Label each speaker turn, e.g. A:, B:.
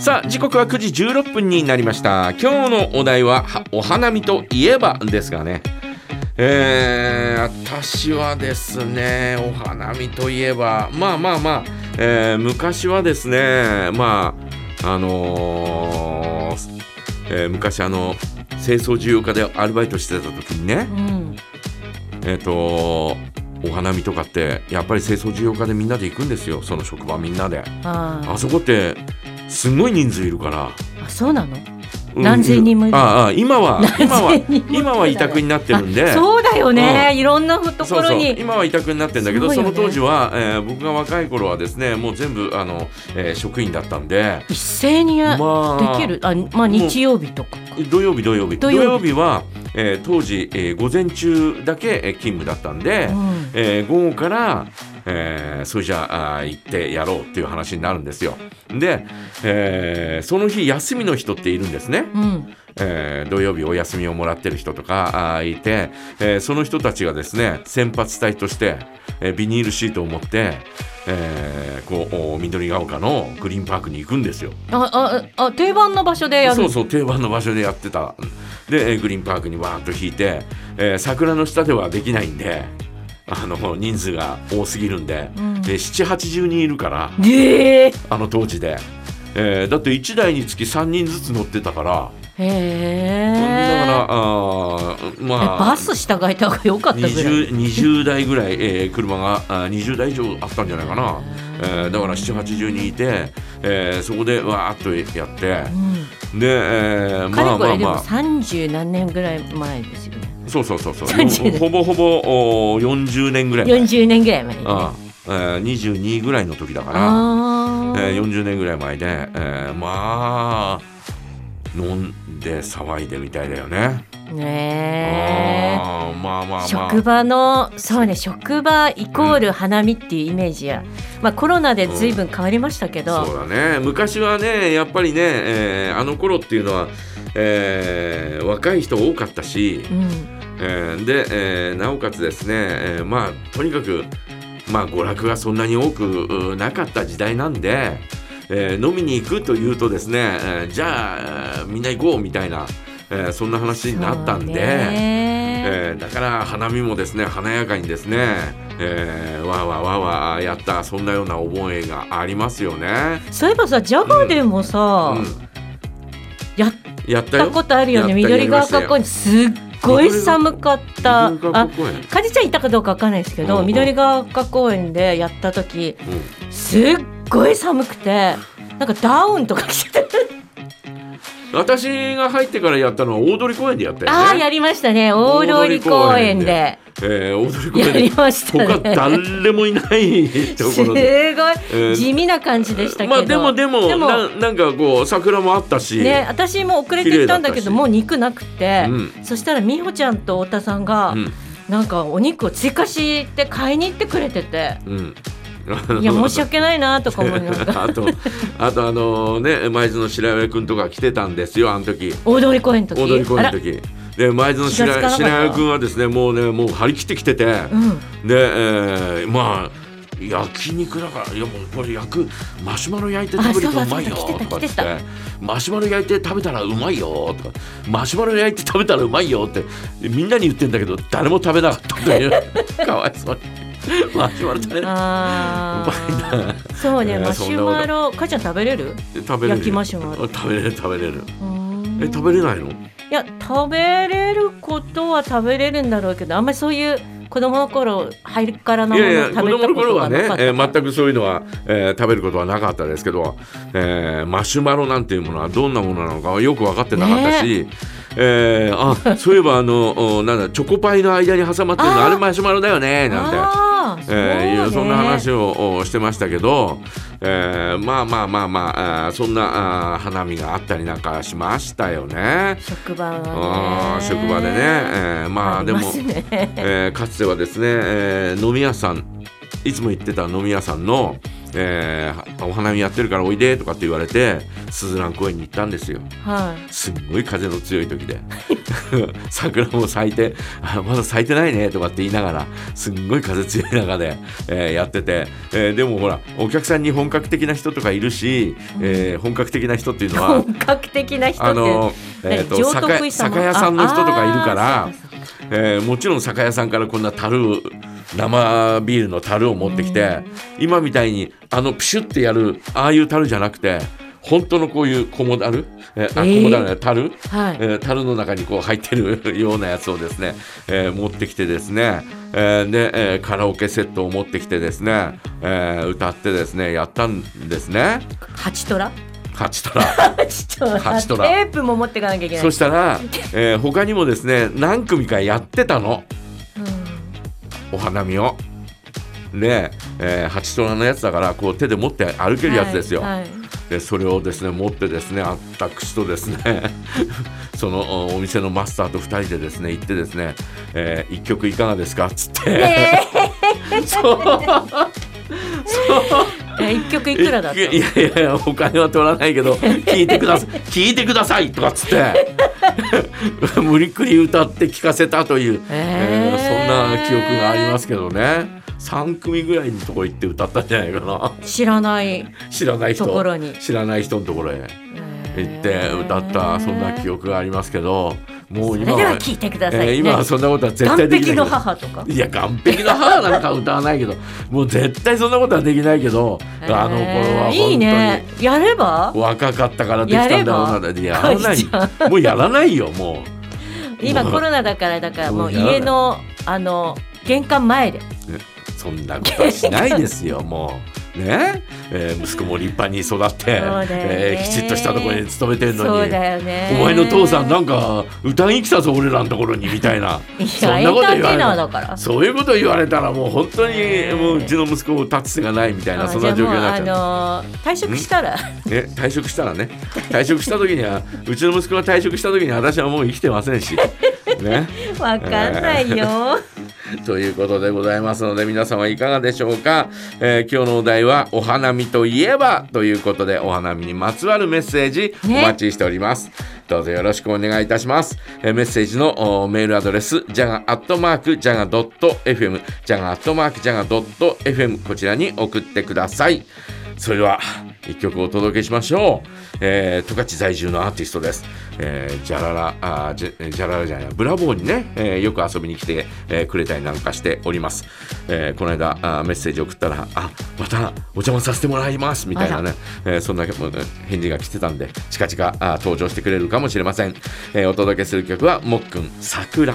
A: さあ時刻は9時16分になりました今日のお題ははお花見といえばですがねえー私はですねお花見といえばまあまあまあ、えー昔はですねまああのーえー昔あの清掃事業課でアルバイトしてた時にね
B: うん、
A: えっ、とお花見とかってやっぱり清掃事業課でみんなで行くんですよその職場みんなで。
B: あ
A: あそこってすごい人数いるから、
B: ーあ、そうなの。
A: うん
B: 何千人もいる
A: ああ今は今
B: 何
A: は
B: 千人も
A: 今は委託になってるんで
B: そうだよね、
A: う
B: いろんなとこ
A: そう
B: ろ
A: そう
B: に。
A: 今は委託になってるんだけど、
B: す
A: そ
B: ごいよ
A: の
B: ね
A: 当時は、えー僕が若い頃はですねもう全部あの、えー職員だったんで
B: 一斉にや、
A: まあ
B: できる、あ、まあ、日曜日とか。
A: 土曜日土曜日
B: 土曜日
A: は、えー当時、えー午前中だけ、えー勤務だったんで、
B: うん
A: えー午後から、えーそれじゃああー行ってやろうっていう話になるんですよで、えーその日休みの人っているんですね、
B: うん、
A: えー土曜日お休みをもらってる人とかあーいて、えーその人たちがですね先発隊として、えービニールシートを持って、えーこうお緑ヶ丘のグリーンパークに行くんですよ。
B: あ、あ、あ、定番の場所でや
A: そ
B: る
A: う。そう定番の場所でやってたでえーグリーンパークにわーっと引いて、えー桜の下ではできないんであの人数が多すぎるんで,、
B: うん
A: で780人いるから
B: でー
A: あの当時で、えーだって1台につき3人ずつ乗ってたから。
B: へえ。
A: だからあーま
B: え
A: あ
B: バス従えた方が良かったぐらい。
A: 20, 20台ぐらい、えー車があー20台以上あったんじゃないかな、えーだから780人いて、えーそこでわーっとやって
B: うん、
A: で、えーま
B: かれ
A: あ
B: こ
A: ま
B: れ
A: あ
B: でも
A: まあ
B: 三十何年ぐらい前ですよね。
A: そうそうそうそう
B: 30
A: ほぼほぼおー40年ぐらい前
B: 四十年ぐらい前に。
A: あーえー22ぐらいの時だから、
B: あ
A: えー
B: ー
A: 40年ぐらい前で、えーまあ飲んで騒いでみたいだよね。
B: ね
A: あーまあまあま
B: え
A: あ。
B: 職場のそうね職場イコール花見っていうイメージや、まあコロナでずいぶん変わりましたけど、
A: そうだね昔はねやっぱりね、えーあの頃っていうのは、えー若い人多かったし、
B: うん
A: えーで、えーなおかつですね、えーまあとにかく、まあ、娯楽がそんなに多くうなかった時代なんで、えー飲みに行くというとですね、えーじゃあえーみんな行こうみたいな、えーそんな話になったん
B: そう
A: で。
B: ね
A: えーだから花見もですね華やかにですね、えーわーわーわーわーやったそんなような覚えがありますよね。
B: そういえばさジャガーでもさ、
A: うん
B: やっ
A: やった
B: た
A: よ。
B: ことあるよね
A: やった
B: 緑川学校にすっごい寒かった
A: 緑川
B: あ
A: 公園
B: かじちゃんいたかどうかわかんないですけど、
A: うんうん
B: 緑川学公園でやった時
A: う
B: すっごい寒くてなんかダウンとか着てた、
A: ん私が入ってからやったのは大通公園でやったよね。
B: ああやりましたね大通公園で
A: えー大通公
B: や
A: 園
B: り
A: で。
B: ました
A: 他
B: ね
A: 誰もいないと
B: す
A: こ
B: ご
A: ろ
B: い
A: で。えー
B: 地味な感じでしたけど、
A: まあでもでも
B: でも
A: ななんかこう桜もあったし。
B: ね私も遅れて行ったんだけ
A: 綺麗だったし
B: どもう肉なくて、
A: うん
B: そしたら美穂ちゃんと太田さんが、
A: うん
B: なんかお肉を追加して買いに行ってくれてて
A: うん。
B: いや申し訳ないなとか思いながら
A: あとあとあのね前津の白上君とか来てたんですよあの時。
B: 大通公園の時
A: 大通公園の
B: あら
A: 時。で前津の
B: 気がつか
A: 白
B: なかった
A: 白上君はですねもうねもう張り切ってきてて。
B: うん
A: で、えーまあ焼肉だからいやもうこれ焼くマシュマロ焼いて食べると
B: あ
A: う
B: そうだ
A: まいよ
B: そうだ
A: とかって
B: 来てた来
A: マシュマロ焼いて食べたらうまいよとかマシュマロ焼いて食べたらうまいよってみんなに言ってんだけど誰も食べなかった というかわいそうにマシュマロ食べな
B: あ
A: うまい
B: ーそう
A: え
B: ね
A: ー
B: マシュマロ母ちゃん食べれる
A: 食べれる
B: 焼きマシュマロ
A: 食べれる食べれるえ
B: え
A: 食べれないの
B: いや食べれることは食べれるんだろうけどあんまりそういう子供の頃ハイカラないもの
A: やいや
B: を
A: 子
B: 食べ
A: 供
B: た
A: の
B: こ
A: 頃
B: と
A: は
B: がな
A: ね
B: かった、
A: えー全くそういうのは、えー食べることはなかったですけど、えーマシュマロなんていうものはどんなものなのかはよく分かってなかったし、えーあそういえばあのおなんだチョコパイの間に挟まってるの
B: あ
A: あ
B: ー
A: れマシュマロだよねなんて。
B: あーそう
A: えーいうそんな話
B: を
A: をおしてましたけど、えーまあまあまあまああーそんなあー花見があったりなんかしましたよね。
B: 職場
A: あー
B: はね
A: 職場でね、えーまあでも、
B: りますね
A: えーかつてはですね、えー飲み屋さんいつも行ってた飲み屋さんの、えーお花見やってるからおいでとかって言われてスズラン公園に行ったんですよ
B: は
A: すっごい風の強い時で 桜も咲いてあまだ咲いてないねとかって言いながらすんごい風強い中で、えーやってて、えーでもほらお客さんに本格的な人とかいるし、えー本格的な人っていう
B: い。
A: のは
B: 本格的な人
A: あ
B: って。
A: の、えー、と酒
B: 何
A: 酒屋さんの人とかいるから。
B: ああーそうかそうか
A: えーもちろん酒屋さんからこんな樽生ビールの樽を持ってきて今みたいにあのプシュってやるああいう樽じゃなくて本当のこういう小モダル、えーあ
B: えー
A: 小モダルね樽、
B: はい
A: えー樽の中にこう入ってるようなやつをですね、えー持ってきてですね、えーで、えーカラオケセットを持ってきてですね、えー歌ってですねやったんですね
B: 八トラ。
A: 8トラ。
B: 八トラ。
A: 八トラ
B: テープも持っていかなきゃいけない。
A: そしたら、えー他にもですね何組かやってたの。
B: うん
A: お花見を。で、えー、八虎のやつだからこう手で持って歩けるやつですよ、
B: はいはい
A: でそれをですね持ってですね私とですね そのおお店のマスターと2人でですね行ってですね「えー、1曲いかがですか?」っつって、
B: ね
A: そう
B: え え一曲いくらだったの
A: いやいやいやお金は取らないけ ど聞いてください聞いてくださいとかっつって 無理くり歌って聞かせたという、
B: えー
A: えーそんな記憶がありますけどね3組ぐらいのとこ行って歌ったんじゃないかな。
B: 知らない
A: 知らない人
B: ところに
A: 知らない人のところへ行って歌ったそんな記
B: 憶
A: 憶がありますけどもう
B: それ
A: 今
B: では
A: は、
B: 聞いてくだ
A: え
B: さい、
A: ー今はそんなことは絶対で
B: 岸
A: きない
B: 壁
A: け
B: の
A: ど
B: 母とか
A: いや岸壁の母なんか歌わないけどもう絶対そんなことはできないけど、あの頃は本当に
B: いいねやれば
A: 若かったからできたんだろうなってやらな
B: こい ちゃ
A: いもうやらないよも
B: 今
A: もう
B: コロナだからだからも
A: も
B: う
A: うやらない
B: 家のあの玄関前で
A: うそんなことはしないですよもうね、えー息子も立派に育って、
B: そうだよね
A: えーきちっとしたところに勤めてるのに
B: そうだよね
A: お前の父さんなん
B: か
A: か歌いに来たぞ俺らのところにみたいな
B: い
A: そん
B: やエン
A: な
B: タ
A: こと
B: ー
A: 言わ
B: テイ
A: れ
B: ナ
A: た
B: ーだから
A: そういうこと言われたらもう本当に
B: ねえ
A: もううちの息子を立つ瀬がないみたいなそんな状況になっちゃう、
B: あじゃあもうあのー退職したら
A: ね、退職したらね退職した時にはうちの息子が退職した時には私はもう生きてませんしね
B: わかんないよ、
A: ということでございますので皆様いかがでしょうか、えー今日のお題は「お花見といえば」ということでお花見にまつわるメッセージお
B: ね
A: 待ちしております、どうぞよろしくお願いいたします、えーメッセージのおメールアドレスじゃがアットマークじゃが .fm じゃがアットマークじゃが .fm こちらに送ってくださいそれでは一曲お届けしましょう、えー、十勝在住のアーティストです、えー、ジャララあージェジャララじゃないブラボーにね、えーよく遊びに来て、えーくれたりなんかしております、えーこの間あーメッセージ送ったらあまたお邪魔させてもらいますみたいなね、えーそんなもうね返事が来てたんで近々あー登場してくれるかもしれません、えーお届けする曲はもっくん桜